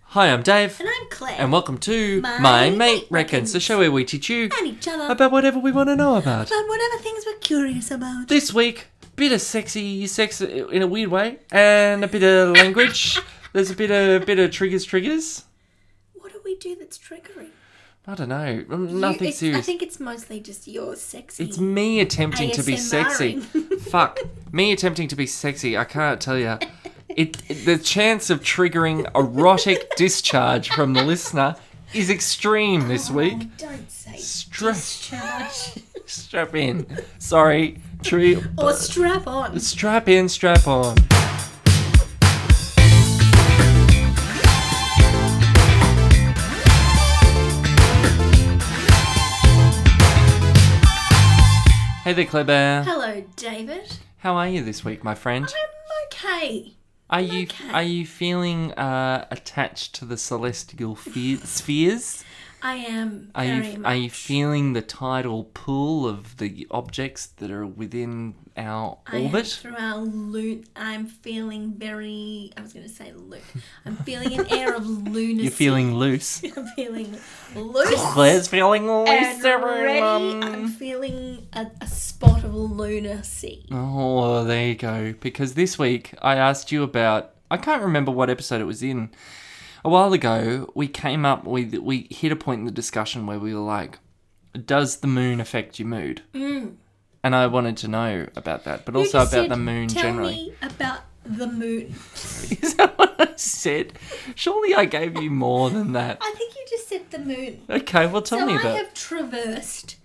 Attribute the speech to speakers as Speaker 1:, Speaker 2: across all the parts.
Speaker 1: Hi, I'm Dave,
Speaker 2: And I'm Claire.
Speaker 1: and welcome to
Speaker 2: My
Speaker 1: My
Speaker 2: Mate
Speaker 1: Mate Reckons,
Speaker 2: Reckons,
Speaker 1: the show where we teach you
Speaker 2: and each other.
Speaker 1: about whatever we want to know about.
Speaker 2: About whatever things we're curious about.
Speaker 1: This week, bit of sexy sex in a weird way, and a bit of language. There's a bit of bit of triggers, triggers.
Speaker 2: What do we do that's triggering?
Speaker 1: I don't know, um,
Speaker 2: You-
Speaker 1: nothing
Speaker 2: it's- I
Speaker 1: serious.
Speaker 2: think it's mostly just your sexy.
Speaker 1: It's me attempting to be sexy.
Speaker 2: ASMRing.
Speaker 1: Fuck, me attempting to be sexy. I can't tell you. It, it- the chance of triggering erotic discharge from the listener is extreme this week.
Speaker 2: Oh, don't say
Speaker 1: Stress.
Speaker 2: discharge.
Speaker 1: Strap in. Sorry. Tree.
Speaker 2: or strap on.
Speaker 1: Strap in, strap on. Hey there, Cleber.
Speaker 2: Hello, David.
Speaker 1: How are you this week, my friend?
Speaker 2: I'm okay.
Speaker 1: Are you
Speaker 2: okay.
Speaker 1: are you feeling uh, attached to the celestial fe- spheres?
Speaker 2: I am
Speaker 1: Are
Speaker 2: very
Speaker 1: you
Speaker 2: much.
Speaker 1: are you feeling the tidal pull of the objects that are within our
Speaker 2: I am
Speaker 1: orbit?
Speaker 2: through our loot. I'm feeling very. I was going to say loot. I'm feeling an air of lunacy.
Speaker 1: You're feeling loose.
Speaker 2: I'm feeling loose.
Speaker 1: Claire's feeling loose,
Speaker 2: and ready. I'm
Speaker 1: everyone.
Speaker 2: feeling a, a spot of lunacy.
Speaker 1: Oh, there you go. Because this week I asked you about. I can't remember what episode it was in. A while ago, we came up with. We hit a point in the discussion where we were like, does the moon affect your mood? And I wanted to know about that, but
Speaker 2: Mm. You
Speaker 1: also about
Speaker 2: just said,
Speaker 1: the moon
Speaker 2: Tell
Speaker 1: generally.
Speaker 2: me about the moon.
Speaker 1: Is that what I said? Surely I gave you more than that.
Speaker 2: I think you just said the moon.
Speaker 1: Okay, well, tell
Speaker 2: so
Speaker 1: me
Speaker 2: I
Speaker 1: about
Speaker 2: have traversed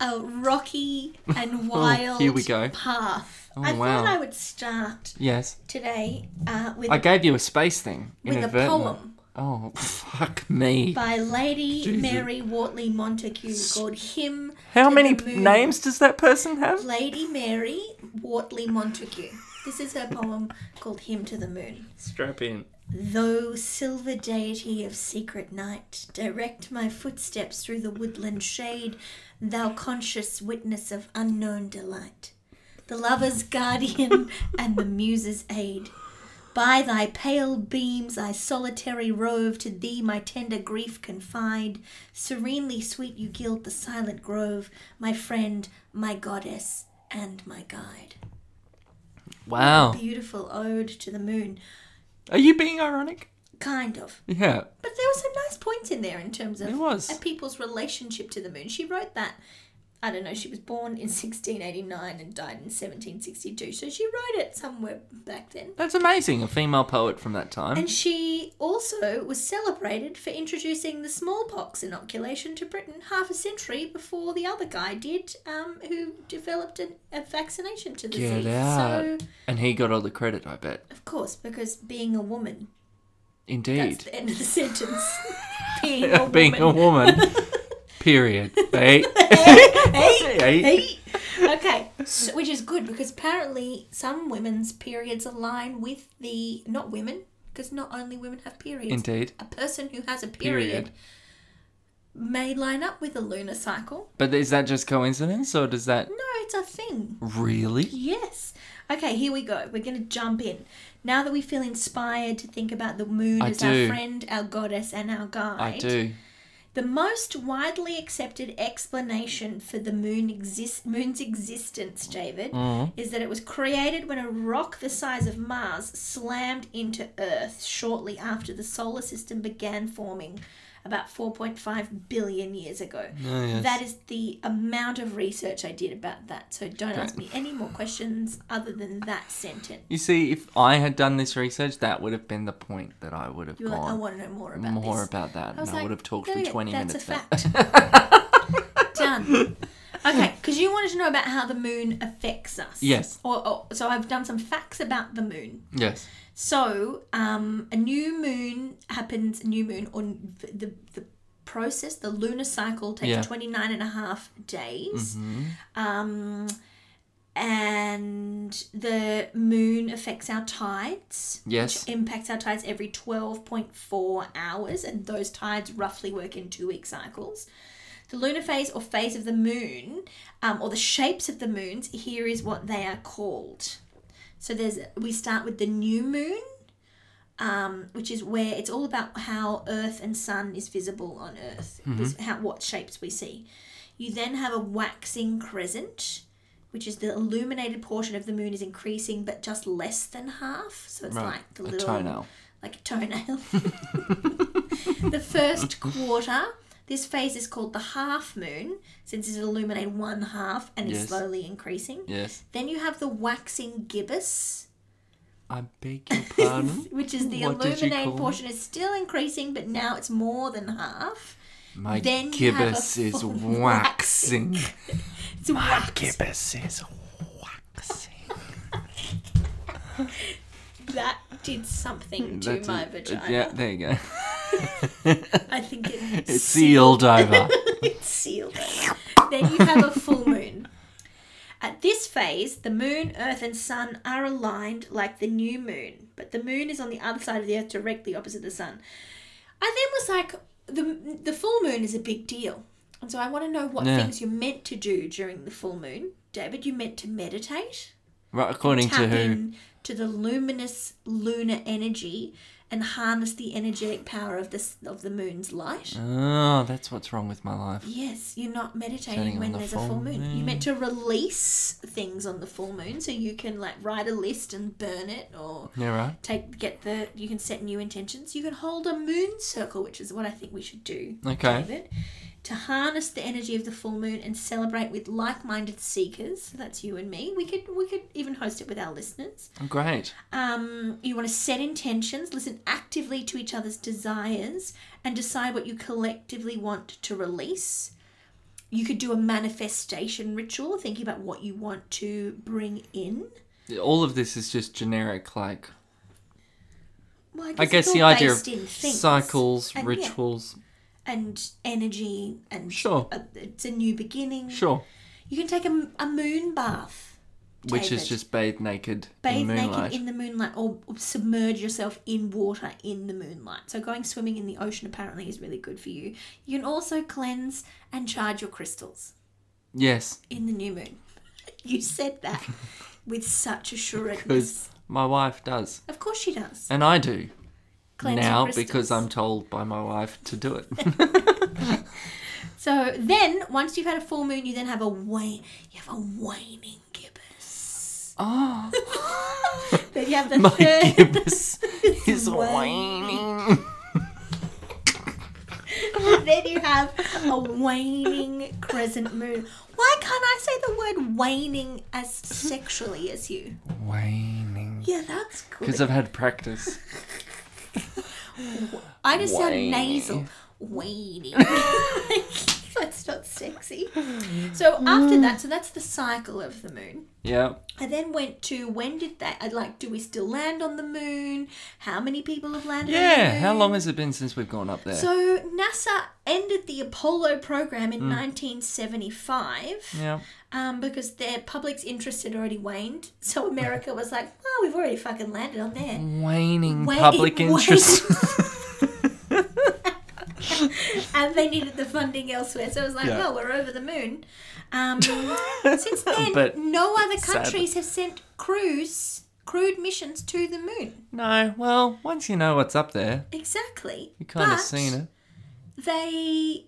Speaker 2: a rocky and wild
Speaker 1: Oh, here we go.
Speaker 2: path.
Speaker 1: Oh,
Speaker 2: I
Speaker 1: wow.
Speaker 2: thought I would start
Speaker 1: Yes.
Speaker 2: today uh, with,
Speaker 1: I gave you a space thing.
Speaker 2: with a
Speaker 1: inadvertently.
Speaker 2: poem
Speaker 1: Oh, fuck me.
Speaker 2: by Lady
Speaker 1: Jesus.
Speaker 2: Mary Wortley Montague called Him.
Speaker 1: How
Speaker 2: to
Speaker 1: many
Speaker 2: the Moon.
Speaker 1: names does that person have?
Speaker 2: Lady Mary Wortley Montague. This is her poem called Hymn to the Moon.
Speaker 1: Strap in.
Speaker 2: Though silver deity of secret night, direct my footsteps through the woodland shade, thou conscious witness of unknown delight, the lover's guardian and the muse's aid. By thy pale beams I solitary rove, to thee my tender grief confide. Serenely sweet you gild the silent grove, my friend, my goddess, and my guide.
Speaker 1: Wow.
Speaker 2: Beautiful ode to the moon.
Speaker 1: Are you being ironic?
Speaker 2: Kind of.
Speaker 1: Yeah.
Speaker 2: But there were some nice points in there in terms of
Speaker 1: There was.
Speaker 2: a people's relationship to the moon. She wrote that. I don't know. She was born in 1689 and died in 1762, so she wrote it somewhere back then.
Speaker 1: That's amazing. A female poet from that time.
Speaker 2: And she also was celebrated for introducing the smallpox inoculation to Britain half a century before the other guy did, um, who developed an, a vaccination to the
Speaker 1: Get
Speaker 2: disease.
Speaker 1: out.
Speaker 2: So,
Speaker 1: And he got all the credit, I bet.
Speaker 2: of course, because being a woman, that's
Speaker 1: Indeed.
Speaker 2: the end of the sentence. being a woman.
Speaker 1: Being a woman. Period. Hey.
Speaker 2: Hey,
Speaker 1: Hey.
Speaker 2: hey. Okay, so, which is good because apparently some women's periods align with the not women because not only women have periods.
Speaker 1: Indeed.
Speaker 2: A person who has a
Speaker 1: Period.
Speaker 2: period, may line up with the lunar cycle.
Speaker 1: But is that just coincidence or does that
Speaker 2: No, it's a thing.
Speaker 1: really?
Speaker 2: Yes. Okay, here we go. We're going to jump in. Now that we feel inspired to think about the moon
Speaker 1: I
Speaker 2: as
Speaker 1: do.
Speaker 2: our friend, our goddess, and our guide.
Speaker 1: I do.
Speaker 2: The most widely accepted explanation for the moon exist- moon's existence, David, is that it was created when a rock the size of Mars slammed into Earth shortly after the solar system began forming about 4.5 billion years ago.
Speaker 1: Oh, yes.
Speaker 2: That is the amount of research I did about that. So don't ask me any more questions other than that sentence.
Speaker 1: You see, if I had done this research, that would have been the point that I would have
Speaker 2: You were like, I
Speaker 1: gone
Speaker 2: want to know more about
Speaker 1: more
Speaker 2: this.
Speaker 1: about that, and
Speaker 2: was
Speaker 1: I
Speaker 2: like,
Speaker 1: would have talked
Speaker 2: there
Speaker 1: for
Speaker 2: we go,
Speaker 1: twenty
Speaker 2: that's
Speaker 1: minutes.
Speaker 2: a Done. Okay, because you wanted to know about how the moon affects us.
Speaker 1: Yes.
Speaker 2: Or, or so I've done some facts about the moon.
Speaker 1: yes,
Speaker 2: So um, a new moon happens. New moon or the the, the process, the lunar
Speaker 1: Yeah.
Speaker 2: cycle
Speaker 1: Mm-hmm.
Speaker 2: takes twenty nine and a half 29 and a half days. Um, and the moon affects our tides
Speaker 1: yes,
Speaker 2: impacts our tides every 12.4 hours, and those tides roughly work in two week cycles. The lunar phase or phase of the moon, um, or the shapes of the moons, here is what they are called. So there's we start with the new moon, um, which is where it's all about how Earth and Sun is visible on Earth,
Speaker 1: Mm-hmm.
Speaker 2: is how what shapes we see. You then have a waxing crescent, which is the illuminated portion of the moon is increasing, but just less than half. So it's
Speaker 1: Right.
Speaker 2: like
Speaker 1: A
Speaker 2: the little
Speaker 1: toenail.
Speaker 2: like a toenail. the first quarter, this phase is called the half moon, since it's illuminated one half and it's
Speaker 1: Yes.
Speaker 2: slowly increasing.
Speaker 1: Yes.
Speaker 2: Then you have the waxing gibbous,
Speaker 1: I beg your pardon.
Speaker 2: which is the
Speaker 1: What did you
Speaker 2: illuminated
Speaker 1: call
Speaker 2: portion is still increasing, but now it's more than half.
Speaker 1: My
Speaker 2: Then you have a
Speaker 1: gibbous is
Speaker 2: full
Speaker 1: waxing.
Speaker 2: It's waxed.
Speaker 1: gibbous is waxing.
Speaker 2: That did something to
Speaker 1: That's
Speaker 2: my
Speaker 1: it.
Speaker 2: vagina.
Speaker 1: uh, Yeah, there you go.
Speaker 2: I think it
Speaker 1: It's sealed over.
Speaker 2: it's sealed. then you have a full moon. At this phase, the moon, earth, and sun are aligned like the new moon, but the moon is on the other side of the earth, directly opposite the sun. I then was like, the, the full moon is a big deal. And so I want to know what
Speaker 1: Yeah.
Speaker 2: things you're meant to do during the full moon. David, you meant to meditate,
Speaker 1: Right, according to
Speaker 2: tap
Speaker 1: who?
Speaker 2: in to the luminous lunar energy, and harness the energetic power of the, s- of the moon's light.
Speaker 1: Oh, that's what's wrong with my life.
Speaker 2: Yes, you're not meditating
Speaker 1: Standing
Speaker 2: when
Speaker 1: on the
Speaker 2: there's a full
Speaker 1: full
Speaker 2: moon. You
Speaker 1: moon.
Speaker 2: meant to release things on the full moon, so you can like write a list and burn it, or
Speaker 1: Yeah, right.
Speaker 2: take get the. You can set new intentions. You can hold a moon circle, which is what I think we should do.
Speaker 1: Okay.
Speaker 2: David, to harness the energy of the full moon and celebrate with like-minded seekers. So that's you and me. We could we could even host it with our listeners.
Speaker 1: Great.
Speaker 2: Um, you want to set intentions, listen actively to each other's desires, and decide what you collectively want to release. You could do a manifestation ritual, thinking about what you want to bring in.
Speaker 1: All of this is just generic, like
Speaker 2: Well,
Speaker 1: I
Speaker 2: it's
Speaker 1: guess the
Speaker 2: all
Speaker 1: idea of
Speaker 2: based in things
Speaker 1: cycles,
Speaker 2: and, yeah,
Speaker 1: rituals.
Speaker 2: and energy, and
Speaker 1: Sure.
Speaker 2: a- it's a new beginning.
Speaker 1: Sure.
Speaker 2: You can take a, a moon bath,
Speaker 1: Which
Speaker 2: David.
Speaker 1: is just bathe naked
Speaker 2: bathe
Speaker 1: in moonlight.
Speaker 2: naked in the moonlight, or, or submerge yourself in water in the moonlight. So going swimming in the ocean apparently is really good for you. You can also cleanse and charge your crystals
Speaker 1: Yes,
Speaker 2: in the new moon. You said that with such assuredness.
Speaker 1: because my wife does,
Speaker 2: Of course she does.
Speaker 1: and I do
Speaker 2: Cleanse your
Speaker 1: now
Speaker 2: crystals.
Speaker 1: because I'm told by my wife to do it.
Speaker 2: So then, once you've had a full moon, you then have a wane. You have a waning gibbous.
Speaker 1: oh,
Speaker 2: Then you have the
Speaker 1: my
Speaker 2: third.
Speaker 1: gibbous is
Speaker 2: waning.
Speaker 1: waning.
Speaker 2: then you have a waning crescent moon. Why can't I say the word waning as sexually as you?
Speaker 1: Waning.
Speaker 2: Yeah, that's good.
Speaker 1: Because I've had practice.
Speaker 2: I just sound
Speaker 1: Waning.
Speaker 2: nasal. Waning. that's not sexy. So after that, so that's the cycle of the moon.
Speaker 1: Yeah.
Speaker 2: I then went to when did that? I'd like, do we still land on the moon? How many people have landed? on the
Speaker 1: Yeah. How
Speaker 2: moon?
Speaker 1: long has it been since we've gone up there?
Speaker 2: So NASA ended the Apollo program
Speaker 1: Mm.
Speaker 2: in 1975.
Speaker 1: yeah.
Speaker 2: um, because their public's interest had already waned. So America was like, "Oh, we've already fucking landed on
Speaker 1: Mm.
Speaker 2: there."
Speaker 1: Waning
Speaker 2: Wa-
Speaker 1: public
Speaker 2: wa-
Speaker 1: interest.
Speaker 2: And they needed the funding elsewhere. So it was like,
Speaker 1: Yeah.
Speaker 2: "Well, we're over the moon." Um, since then,
Speaker 1: But
Speaker 2: no other
Speaker 1: sadly-
Speaker 2: countries have sent crews, crewed missions to the moon.
Speaker 1: no. Well, once you know what's up there,
Speaker 2: Exactly.
Speaker 1: you kind
Speaker 2: But
Speaker 1: of seen it.
Speaker 2: They.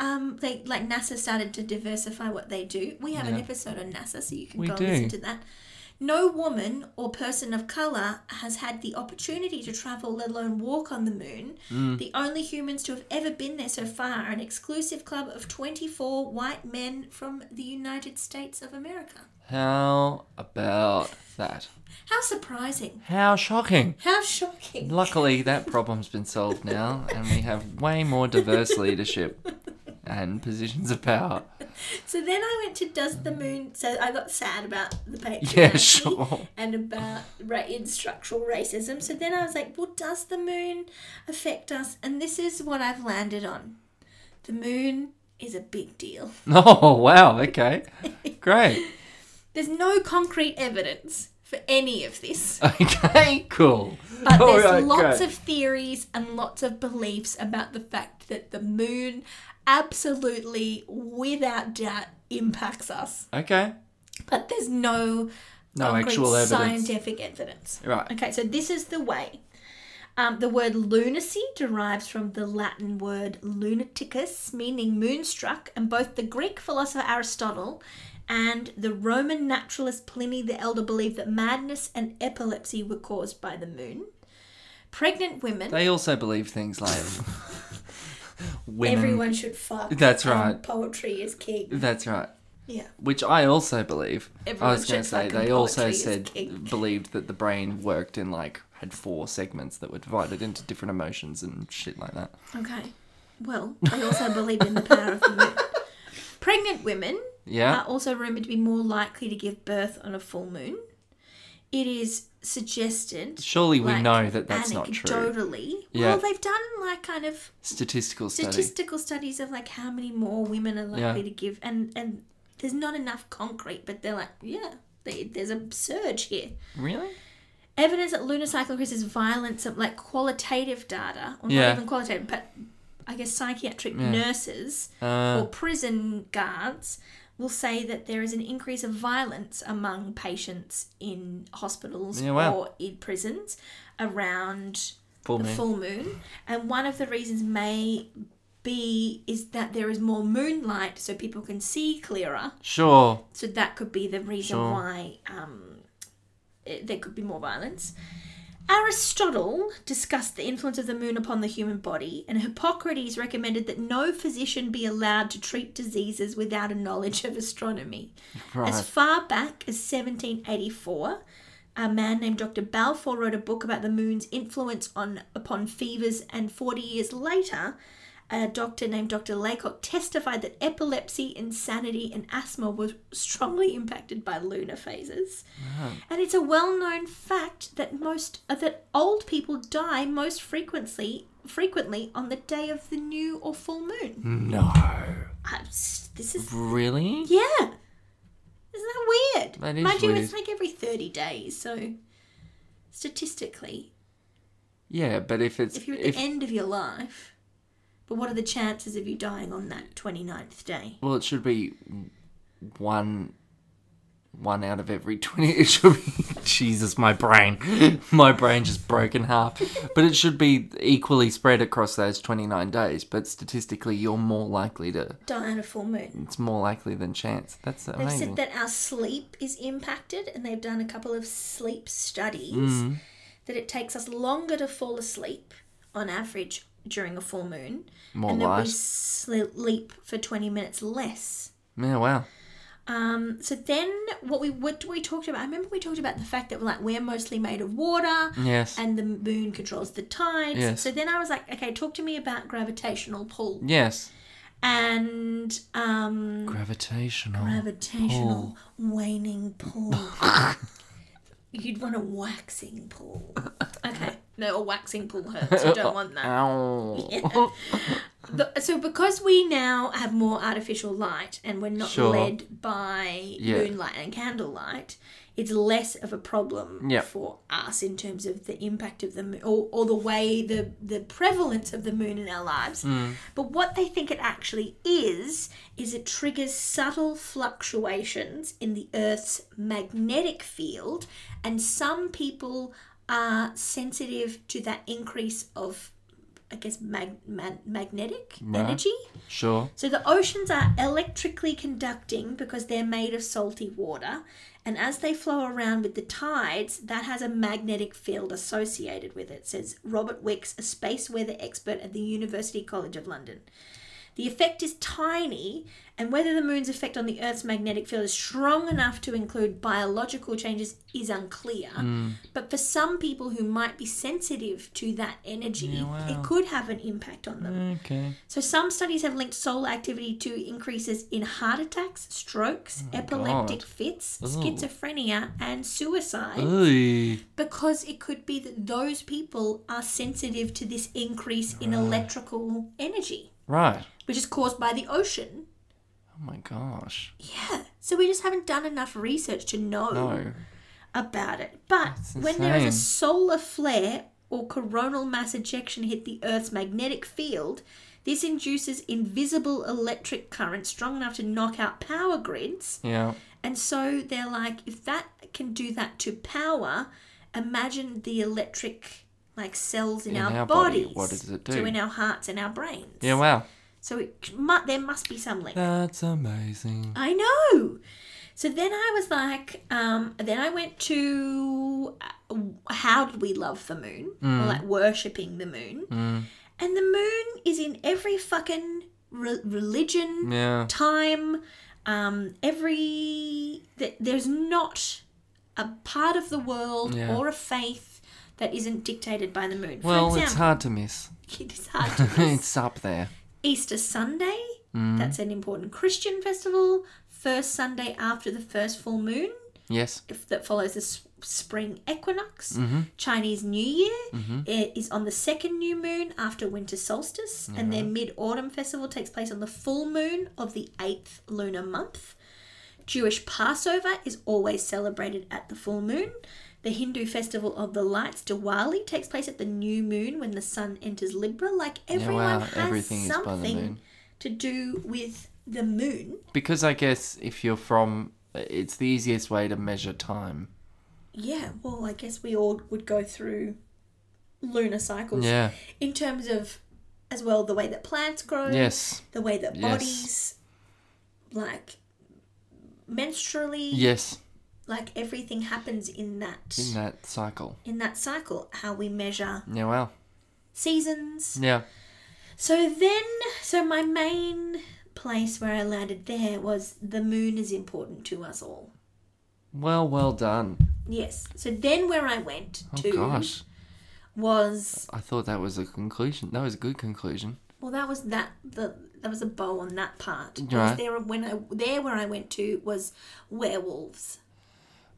Speaker 2: Um, they like NASA started to diversify what they do. We have an
Speaker 1: Yeah.
Speaker 2: episode on NASA, so you can
Speaker 1: We
Speaker 2: go
Speaker 1: do.
Speaker 2: and listen to that. No woman or person of colour has had the opportunity to travel, let alone walk on the moon.
Speaker 1: Mm.
Speaker 2: The only humans to have ever been there so far are an exclusive club of 24 white men from the United States of America.
Speaker 1: How about that?
Speaker 2: How surprising.
Speaker 1: How shocking.
Speaker 2: How shocking.
Speaker 1: Luckily, that problem's been solved now, and we have way more diverse leadership and positions of power.
Speaker 2: So then I went to Does the Moon. So I got sad about the patriarchy.
Speaker 1: Yeah, sure.
Speaker 2: and about ra- in structural racism. So then I was like, well, does the moon affect us? And this is what I've landed on. The moon is a big deal.
Speaker 1: Oh, wow. Okay. Great.
Speaker 2: There's no concrete evidence for any of this,
Speaker 1: Okay, cool.
Speaker 2: but
Speaker 1: All
Speaker 2: there's
Speaker 1: right,
Speaker 2: lots
Speaker 1: great.
Speaker 2: of theories and lots of beliefs about the fact that the moon absolutely, without doubt, impacts us.
Speaker 1: Okay.
Speaker 2: But there's no
Speaker 1: No
Speaker 2: concrete
Speaker 1: actual evidence.
Speaker 2: scientific evidence.
Speaker 1: Right.
Speaker 2: Okay, so this is the way. Um, the word lunacy derives from the Latin word lunaticus, meaning moonstruck, and both the Greek philosopher Aristotle and the Roman naturalist Pliny the Elder believed that madness and epilepsy were caused by the moon. Pregnant women,
Speaker 1: They also believe things like women.
Speaker 2: everyone should fuck.
Speaker 1: That's
Speaker 2: and
Speaker 1: right.
Speaker 2: poetry is king.
Speaker 1: That's right.
Speaker 2: Yeah.
Speaker 1: Which I also believe. I
Speaker 2: Everyone
Speaker 1: was going to
Speaker 2: should
Speaker 1: say
Speaker 2: fucking
Speaker 1: they also
Speaker 2: poetry is
Speaker 1: said
Speaker 2: king.
Speaker 1: believed that the brain worked in like had four segments that were divided into different emotions and shit like that.
Speaker 2: Okay. Well, I also believe in the power of the moon. Pregnant women
Speaker 1: Yeah.
Speaker 2: are also rumored to be more likely to give birth on a full moon. It is suggested.
Speaker 1: Surely we
Speaker 2: like,
Speaker 1: know that that's not true.
Speaker 2: Anecdotally,
Speaker 1: Yeah.
Speaker 2: well, they've done like kind of
Speaker 1: Statistical study.
Speaker 2: statistical studies of like how many more women are likely
Speaker 1: Yeah.
Speaker 2: to give, and and there's not enough concrete, but they're like, yeah, they, there's a surge here.
Speaker 1: really?
Speaker 2: Evidence that lunar cycle increases violence, of like qualitative data, or
Speaker 1: Yeah.
Speaker 2: not even qualitative, but I guess psychiatric
Speaker 1: Yeah.
Speaker 2: nurses
Speaker 1: Uh,
Speaker 2: or prison guards will say that there is an increase of violence among patients in hospitals
Speaker 1: Yeah, wow.
Speaker 2: or in prisons around
Speaker 1: full
Speaker 2: the
Speaker 1: moon.
Speaker 2: full moon. And one of the reasons may be is that there is more moonlight so people can see clearer.
Speaker 1: Sure.
Speaker 2: So that could be the reason
Speaker 1: Sure.
Speaker 2: why um, it, there could be more violence. Aristotle discussed the influence of the moon upon the human body, and Hippocrates recommended that no physician be allowed to treat diseases without a knowledge of astronomy. As
Speaker 1: Right.
Speaker 2: far back as 1784, a man named Dr. Balfour wrote a book about the moon's influence on upon fevers, and 40 years later, a doctor named Dr. Laycock testified that epilepsy, insanity, and asthma were strongly impacted by lunar phases. And it's a well-known fact that most uh, that old people die most frequently frequently on the day of the new or full moon.
Speaker 1: No.
Speaker 2: Uh, s- this is
Speaker 1: Really?
Speaker 2: yeah. Isn't that weird?
Speaker 1: That is
Speaker 2: Mind you,
Speaker 1: weird.
Speaker 2: it's like every 30 days, so statistically,
Speaker 1: Yeah, but if it's
Speaker 2: if you're at
Speaker 1: if
Speaker 2: the end of your life, but what are the chances of you dying on that 29th day?
Speaker 1: well, it should be one one out of every twenty. It should be Jesus, my brain, my brain just broke in half. But it should be equally spread across those twenty nine days. But statistically, you're more likely to.
Speaker 2: Die on a full moon.
Speaker 1: It's more likely than chance. That's
Speaker 2: They've
Speaker 1: Mm, amazing.
Speaker 2: said that our sleep is impacted, and they've done a couple of sleep studies
Speaker 1: Mm.
Speaker 2: that it takes us longer to fall asleep on average during a full moon,
Speaker 1: More
Speaker 2: and that we
Speaker 1: light.
Speaker 2: sleep for 20 minutes less
Speaker 1: yeah, wow.
Speaker 2: Um, so then what we what we talked about, I remember we talked about the fact that like we're mostly made of water
Speaker 1: Yes.
Speaker 2: and the moon controls the tides.
Speaker 1: Yes.
Speaker 2: So then I was like, okay, talk to me about gravitational pull
Speaker 1: yes.
Speaker 2: and um
Speaker 1: Gravitational.
Speaker 2: gravitational waning pull. You'd want a waxing pull. Okay. No, a waxing pull hurts. You don't want that.
Speaker 1: Ow.
Speaker 2: The- so because we now have more artificial light and we're not
Speaker 1: Sure.
Speaker 2: led by
Speaker 1: Yeah.
Speaker 2: moonlight and candlelight it's less of a problem
Speaker 1: Yep.
Speaker 2: for us in terms of the impact of the moon or, or the way the, the prevalence of the moon in our lives
Speaker 1: Hmm.
Speaker 2: but what they think it actually is is it triggers subtle fluctuations in the earth's magnetic field and some people are sensitive to that increase of I guess mag- mag- magnetic
Speaker 1: Right.
Speaker 2: energy.
Speaker 1: Sure.
Speaker 2: So the oceans are electrically conducting because they're made of salty water, and as they flow around with the tides, that has a magnetic field associated with it, says Robert Wicks, a space weather expert at the University College of London. The effect is tiny, and whether the moon's effect on the Earth's magnetic field is strong enough to include biological changes is unclear.
Speaker 1: Hmm.
Speaker 2: But for some people who might be sensitive to that energy,
Speaker 1: Yeah, wow.
Speaker 2: it could have an impact on them.
Speaker 1: Okay.
Speaker 2: So some studies have linked solar activity to increases in heart attacks, strokes, epileptic
Speaker 1: Oh God.
Speaker 2: fits,
Speaker 1: Ooh.
Speaker 2: schizophrenia, and suicide
Speaker 1: Ooh.
Speaker 2: because it could be that those people are sensitive to this increase
Speaker 1: Ah.
Speaker 2: in electrical energy,
Speaker 1: Right.
Speaker 2: which is caused by the ocean.
Speaker 1: Oh my gosh.
Speaker 2: Yeah. So we just haven't done enough research to know
Speaker 1: No.
Speaker 2: about it. But
Speaker 1: That's
Speaker 2: when there is a
Speaker 1: insane.
Speaker 2: solar flare or coronal mass ejection hit the Earth's magnetic field, this induces invisible electric current strong enough to knock out power grids.
Speaker 1: Yeah.
Speaker 2: And so they're like, if that can do that to power, imagine the electric like cells in,
Speaker 1: In
Speaker 2: our,
Speaker 1: our body,
Speaker 2: bodies.
Speaker 1: what does it do?
Speaker 2: So in our hearts and our brains.
Speaker 1: Yeah, wow.
Speaker 2: So it, mu- there must be some link.
Speaker 1: That's amazing.
Speaker 2: I know. So then I was like, um, then I went to uh, how did we love the moon?
Speaker 1: Mm.
Speaker 2: Or like worshipping the moon. And the moon is in every fucking re- religion,
Speaker 1: Yeah.
Speaker 2: time, um, every. Th- there's not a part of the world
Speaker 1: Yeah.
Speaker 2: or a faith that isn't dictated by the moon.
Speaker 1: Well,
Speaker 2: For
Speaker 1: it's
Speaker 2: example,
Speaker 1: hard to miss.
Speaker 2: it's hard. to miss.
Speaker 1: it's up there.
Speaker 2: Easter Sunday. That's an important Christian festival. First Sunday after the first full moon,
Speaker 1: Yes.
Speaker 2: if that follows the s- spring equinox.
Speaker 1: Mm-hmm.
Speaker 2: Chinese New Year eh, is on the second new moon after winter solstice, and their mid autumn festival takes place on the full moon of the eighth lunar month. Jewish Passover is always celebrated at the full moon. The Hindu festival of the lights, Diwali, takes place at the new moon when the sun enters Libra. Like everyone
Speaker 1: wow,
Speaker 2: has
Speaker 1: everything is by the
Speaker 2: something
Speaker 1: moon.
Speaker 2: to do with the moon.
Speaker 1: Because I guess if you're from, it's the easiest way to measure time.
Speaker 2: Yeah, well, I guess we all would go through lunar cycles
Speaker 1: Yeah.
Speaker 2: in terms of, as well, the way that plants grow,
Speaker 1: Yes.
Speaker 2: the way that
Speaker 1: Yes.
Speaker 2: bodies, like menstrually,
Speaker 1: Yes.
Speaker 2: like everything happens in that
Speaker 1: In that cycle.
Speaker 2: in that cycle. How we measure
Speaker 1: Yeah. Wow.
Speaker 2: seasons.
Speaker 1: Yeah.
Speaker 2: So then, so my main place where I landed there was the moon is important to us all.
Speaker 1: Well, well done.
Speaker 2: Yes. So then where I went
Speaker 1: Oh
Speaker 2: to
Speaker 1: gosh,
Speaker 2: was
Speaker 1: I thought that was a conclusion. That was a good conclusion.
Speaker 2: well that was that the that was a bow on that part. Because
Speaker 1: Right.
Speaker 2: There when I there where I went to was werewolves.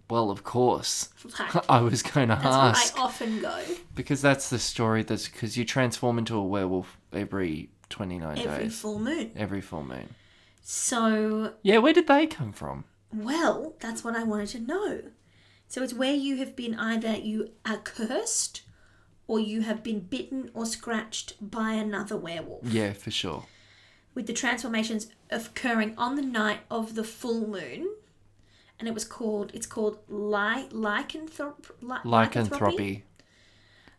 Speaker 1: Well, of course.
Speaker 2: Like, that's
Speaker 1: I was going to
Speaker 2: where
Speaker 1: ask
Speaker 2: I often go
Speaker 1: because that's the story. That's because you transform into a werewolf every twenty nine
Speaker 2: every
Speaker 1: days,
Speaker 2: full moon.
Speaker 1: every full moon.
Speaker 2: So
Speaker 1: Yeah, where did they come from?
Speaker 2: well, that's what I wanted to know. So it's where you have been either you are cursed or you have been bitten or scratched by another werewolf.
Speaker 1: Yeah, for sure.
Speaker 2: with the transformations occurring on the night of the full moon and it was called it's called ly- lycanthrop- ly- lycanthropy
Speaker 1: Lycanthropy.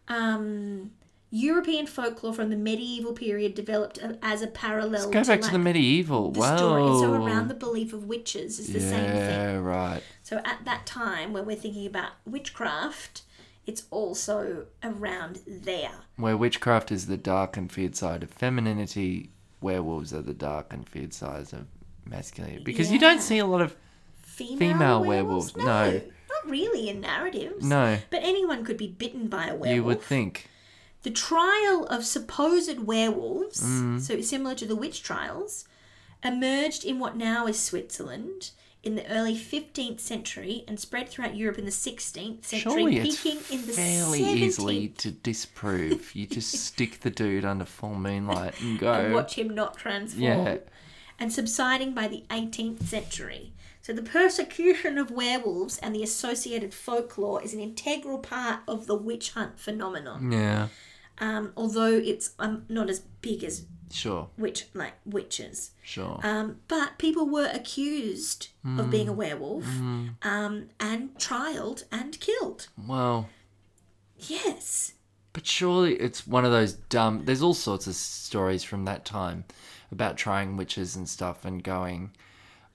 Speaker 2: um european folklore from the medieval period developed a- as a parallel
Speaker 1: Let's go back to the
Speaker 2: like,
Speaker 1: medieval.
Speaker 2: the
Speaker 1: wow.
Speaker 2: story so around the belief of witches is the
Speaker 1: yeah,
Speaker 2: same thing
Speaker 1: right.
Speaker 2: so at that time when we're thinking about witchcraft it's also around there
Speaker 1: Where witchcraft is the dark and feared side of femininity, werewolves are the dark and feared sides of masculinity. Because you
Speaker 2: Yeah.
Speaker 1: don't see a lot of
Speaker 2: female,
Speaker 1: Female
Speaker 2: werewolves?
Speaker 1: werewolves,
Speaker 2: no,
Speaker 1: no.
Speaker 2: not really in narratives
Speaker 1: no.
Speaker 2: But anyone could be bitten by a werewolf.
Speaker 1: You would think.
Speaker 2: The trial of supposed werewolves,
Speaker 1: Mm.
Speaker 2: so similar to the witch trials, emerged in what now is Switzerland in the early 15th century and spread throughout Europe in the 16th century,
Speaker 1: Surely it's
Speaker 2: peaking in the
Speaker 1: fairly
Speaker 2: 17th
Speaker 1: easily to disprove. You just stick the dude under full moonlight and go.
Speaker 2: and watch him not transform,
Speaker 1: yeah,
Speaker 2: and subsiding by the 18th century. So the persecution of werewolves and the associated folklore is an integral part of the witch hunt phenomenon.
Speaker 1: yeah,
Speaker 2: um, although it's um, not as big as
Speaker 1: sure,
Speaker 2: witch like witches.
Speaker 1: sure.
Speaker 2: Um, but people were accused of
Speaker 1: Mm.
Speaker 2: being a werewolf um, and trialed and killed.
Speaker 1: well,
Speaker 2: Yes.
Speaker 1: but surely it's one of those dumb. There's all sorts of stories from that time about trying witches and stuff and going,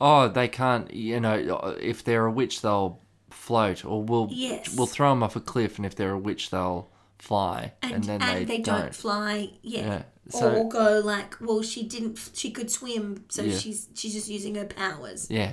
Speaker 1: oh, they can't. You know, if they're a witch, they'll float, or we'll
Speaker 2: Yes.
Speaker 1: we'll throw them off a cliff, and if they're a witch, they'll fly, and,
Speaker 2: And,
Speaker 1: then they,
Speaker 2: don't.
Speaker 1: don't.
Speaker 2: fly. Yeah.
Speaker 1: Yeah, so-
Speaker 2: or go like, well, she didn't. f- She could swim, so
Speaker 1: Yeah.
Speaker 2: she's she's just using her powers.
Speaker 1: Yeah,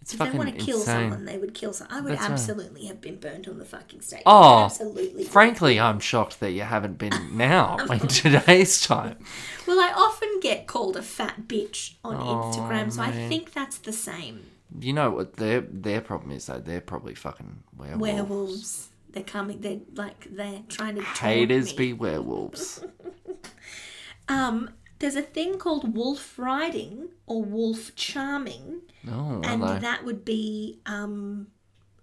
Speaker 1: it's
Speaker 2: If
Speaker 1: fucking
Speaker 2: they want to kill
Speaker 1: insane.
Speaker 2: someone, they would kill someone. I would
Speaker 1: That's right.
Speaker 2: absolutely have been burnt on the fucking stake.
Speaker 1: Oh,
Speaker 2: absolutely.
Speaker 1: Frankly, I'm shocked that you haven't been now in today's time.
Speaker 2: Well, I often get called a fat bitch on Instagram, so I
Speaker 1: mate.
Speaker 2: think that's the same.
Speaker 1: You know what their their problem is though? They're probably fucking werewolves.
Speaker 2: Werewolves. They're coming. They're like they're trying to taunt
Speaker 1: Haters
Speaker 2: me.
Speaker 1: be werewolves.
Speaker 2: Um, there's a thing called wolf riding or wolf charming,
Speaker 1: Oh,
Speaker 2: and
Speaker 1: hello.
Speaker 2: that would be um,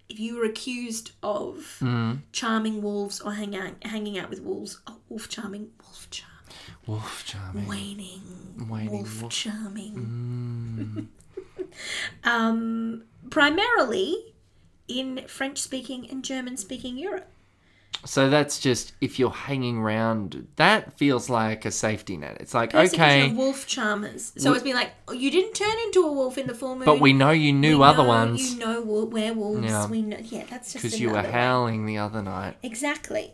Speaker 2: if you were accused of
Speaker 1: Mm.
Speaker 2: charming wolves or hang out, hanging out with wolves. Oh, wolf charming, wolf charming,
Speaker 1: Wolf charming.
Speaker 2: waning,
Speaker 1: Waning
Speaker 2: wolf,
Speaker 1: Mm. wolf. Mm.
Speaker 2: charming. um, primarily in French-speaking and German-speaking Europe.
Speaker 1: So that's just if you're hanging around, that feels like a safety net. It's like,
Speaker 2: Percy
Speaker 1: okay,
Speaker 2: was a wolf charmers. So it's been like, oh, you didn't turn into a wolf in the full moon.
Speaker 1: but we know you
Speaker 2: We
Speaker 1: knew other
Speaker 2: know
Speaker 1: ones
Speaker 2: You know wo- werewolves.
Speaker 1: Yeah.
Speaker 2: We know. Yeah, that's just
Speaker 1: because you were
Speaker 2: another one.
Speaker 1: howling the other night.
Speaker 2: Exactly.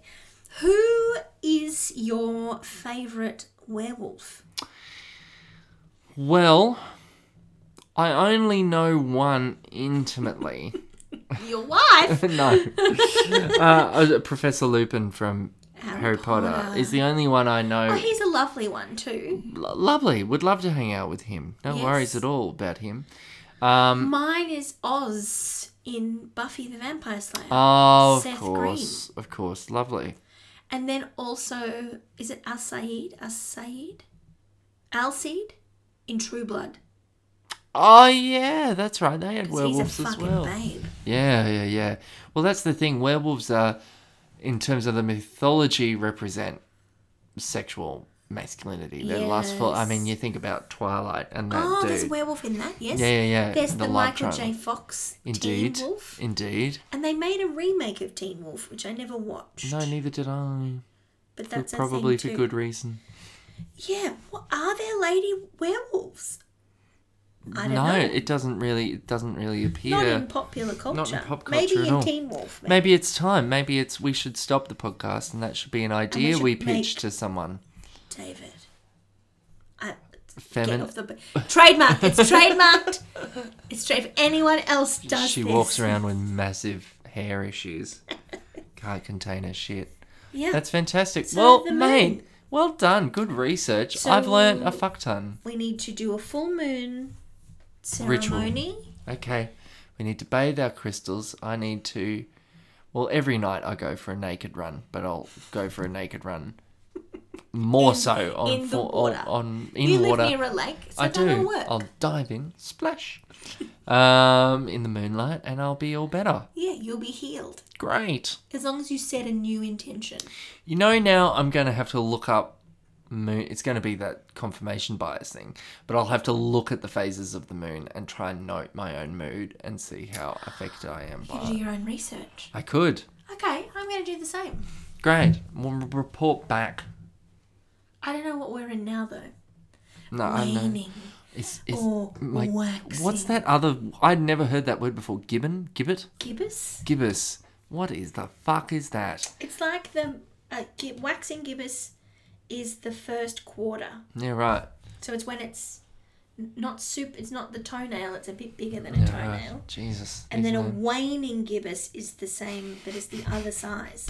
Speaker 2: Who is your favourite werewolf?
Speaker 1: Well, I only know one intimately.
Speaker 2: Your wife.
Speaker 1: no, uh, Professor Lupin from Harry Potter, is the only one I know.
Speaker 2: Oh, he's a lovely one too.
Speaker 1: Lo- lovely. Would love to hang out with him. No
Speaker 2: Yes.
Speaker 1: worries at all about him. Um,
Speaker 2: Mine is Oz in Buffy the Vampire Slayer,
Speaker 1: oh, of
Speaker 2: Seth
Speaker 1: course, of course, lovely.
Speaker 2: and then also is it Al Said? Al Said? Al Said in True Blood.
Speaker 1: Oh yeah, that's right. They had
Speaker 2: 'Cause
Speaker 1: werewolves
Speaker 2: he's a
Speaker 1: as
Speaker 2: fucking
Speaker 1: well.
Speaker 2: babe.
Speaker 1: Yeah, yeah, yeah. Well, that's the thing. Werewolves are, in terms of the mythology, represent sexual masculinity. They're lustful. I mean,
Speaker 2: Yes.
Speaker 1: you think about Twilight and that
Speaker 2: Oh, there's a
Speaker 1: dude.
Speaker 2: werewolf in that. Yes.
Speaker 1: yeah, yeah, yeah.
Speaker 2: There's
Speaker 1: and
Speaker 2: the,
Speaker 1: love
Speaker 2: Michael J.
Speaker 1: triangle.
Speaker 2: Fox
Speaker 1: Indeed,
Speaker 2: Teen Wolf,
Speaker 1: indeed.
Speaker 2: and they made a remake of Teen Wolf, which I never watched.
Speaker 1: No, neither did I.
Speaker 2: but
Speaker 1: But
Speaker 2: that's a thing
Speaker 1: probably for
Speaker 2: too.
Speaker 1: good reason.
Speaker 2: Yeah, what are there lady werewolves? I don't
Speaker 1: no,
Speaker 2: know.
Speaker 1: it doesn't really. It doesn't really appear.
Speaker 2: Not in popular culture.
Speaker 1: Not in pop
Speaker 2: Maybe
Speaker 1: culture at
Speaker 2: in
Speaker 1: all.
Speaker 2: Teen Wolf. Maybe.
Speaker 1: Maybe it's time. Maybe it's we should stop the podcast, and that should be an idea
Speaker 2: should
Speaker 1: we,
Speaker 2: make-
Speaker 1: pitch to someone.
Speaker 2: David. I, get
Speaker 1: Femin-
Speaker 2: off the. Trademark. It's trademarked. It's trade. If anyone else does
Speaker 1: she
Speaker 2: this.
Speaker 1: walks around with massive hair issues. Can't contain her shit.
Speaker 2: Yeah.
Speaker 1: That's fantastic.
Speaker 2: So
Speaker 1: well,
Speaker 2: the
Speaker 1: mate,
Speaker 2: moon.
Speaker 1: well done. Good research. I've learned a
Speaker 2: So-
Speaker 1: fuck ton.
Speaker 2: We need to do a full moon
Speaker 1: Ritual.
Speaker 2: ceremony.
Speaker 1: Okay, we need to bathe our crystals. I need to. Well, every night I go for a naked run, but I'll go for a naked run more so on
Speaker 2: in the
Speaker 1: for- on-
Speaker 2: water.
Speaker 1: on in
Speaker 2: you
Speaker 1: water.
Speaker 2: live near a lake, so
Speaker 1: I
Speaker 2: that'll
Speaker 1: do.
Speaker 2: work.
Speaker 1: I'll dive in, splash, um, in the moonlight, and I'll be all better.
Speaker 2: Yeah, you'll be healed
Speaker 1: Great.
Speaker 2: as long as you set a new intention.
Speaker 1: You know, now I'm going to have to look up moon. It's going to be that confirmation bias thing, but I'll have to look at the phases of the moon and try and note my own mood and see how affected I am
Speaker 2: You
Speaker 1: by
Speaker 2: do
Speaker 1: it.
Speaker 2: your own research.
Speaker 1: I could.
Speaker 2: Okay, I'm going to do the same.
Speaker 1: Great. We'll r- report back.
Speaker 2: I don't know what we're in now though.
Speaker 1: No, Uh, I know.
Speaker 2: Leaning.
Speaker 1: It's, it's
Speaker 2: or
Speaker 1: my-
Speaker 2: waxing.
Speaker 1: What's that other? I'd never heard that word before. Gibbon? Gibbet?
Speaker 2: Gibbous.
Speaker 1: Gibbous. What is the fuck is that?
Speaker 2: It's like the uh, gi- waxing gibbous is the first quarter,
Speaker 1: Yeah, right.
Speaker 2: so it's when it's n- not soup. It's not the toenail. It's a bit bigger than a
Speaker 1: Yeah, right.
Speaker 2: toenail.
Speaker 1: Jesus.
Speaker 2: And
Speaker 1: these
Speaker 2: then a
Speaker 1: men.
Speaker 2: waning gibbous is the same, but it's the other size.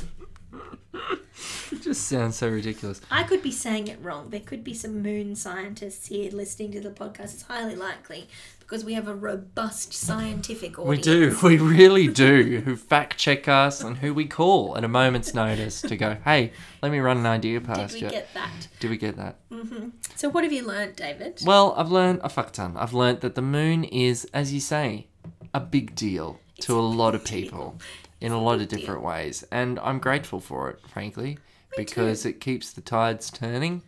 Speaker 1: It just sounds so ridiculous.
Speaker 2: I could be saying it wrong. There could be some moon scientists here listening to the podcast. It's highly likely because we have a robust scientific
Speaker 1: We
Speaker 2: audience.
Speaker 1: do. We really do. who fact check us and who we call at a moment's notice to go, hey, let me run an idea
Speaker 2: Did
Speaker 1: past
Speaker 2: we
Speaker 1: you.
Speaker 2: get that?
Speaker 1: Did we get that?
Speaker 2: Mm-hmm. So what have you learnt, David?
Speaker 1: Well, I've learned a fuck ton. I've learned that the moon is, as you say, a big deal to a lot of people in a lot of different ways. And I'm grateful for it, frankly, because it keeps the tides turning.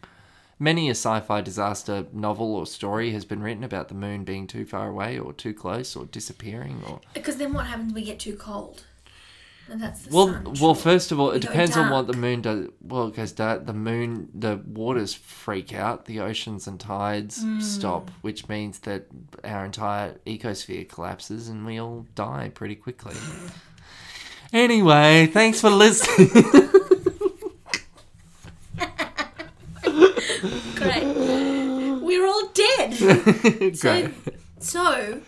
Speaker 1: Many a sci fi disaster novel or story has been written about the moon being too far away or too close or disappearing or
Speaker 2: Because then what happens? We get too cold, and that's the
Speaker 1: Well,
Speaker 2: sun.
Speaker 1: well, first of all, it
Speaker 2: go
Speaker 1: depends on what the moon does. Well, it goes dark. The moon, the waters freak out. The oceans and tides
Speaker 2: Mm.
Speaker 1: stop, which means that our entire ecosphere collapses and we all die pretty quickly. anyway, thanks for listening.
Speaker 2: Great. We're all dead.
Speaker 1: Great.
Speaker 2: so
Speaker 1: The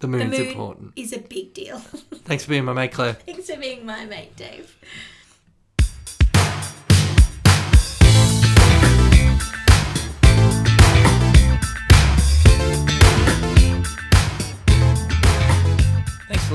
Speaker 2: the
Speaker 1: moon's
Speaker 2: moon
Speaker 1: important.
Speaker 2: is a big deal.
Speaker 1: Thanks for being my mate, Claire.
Speaker 2: Thanks for being my mate, Dave.
Speaker 1: Thanks for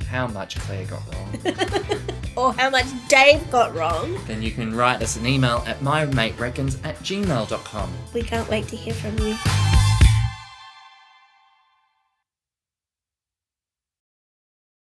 Speaker 1: how much Claire got wrong.
Speaker 2: Or Oh, how much Dave got wrong.
Speaker 1: then you can write us an email at mymatereckons at gmail.com.
Speaker 2: We can't wait to hear from you.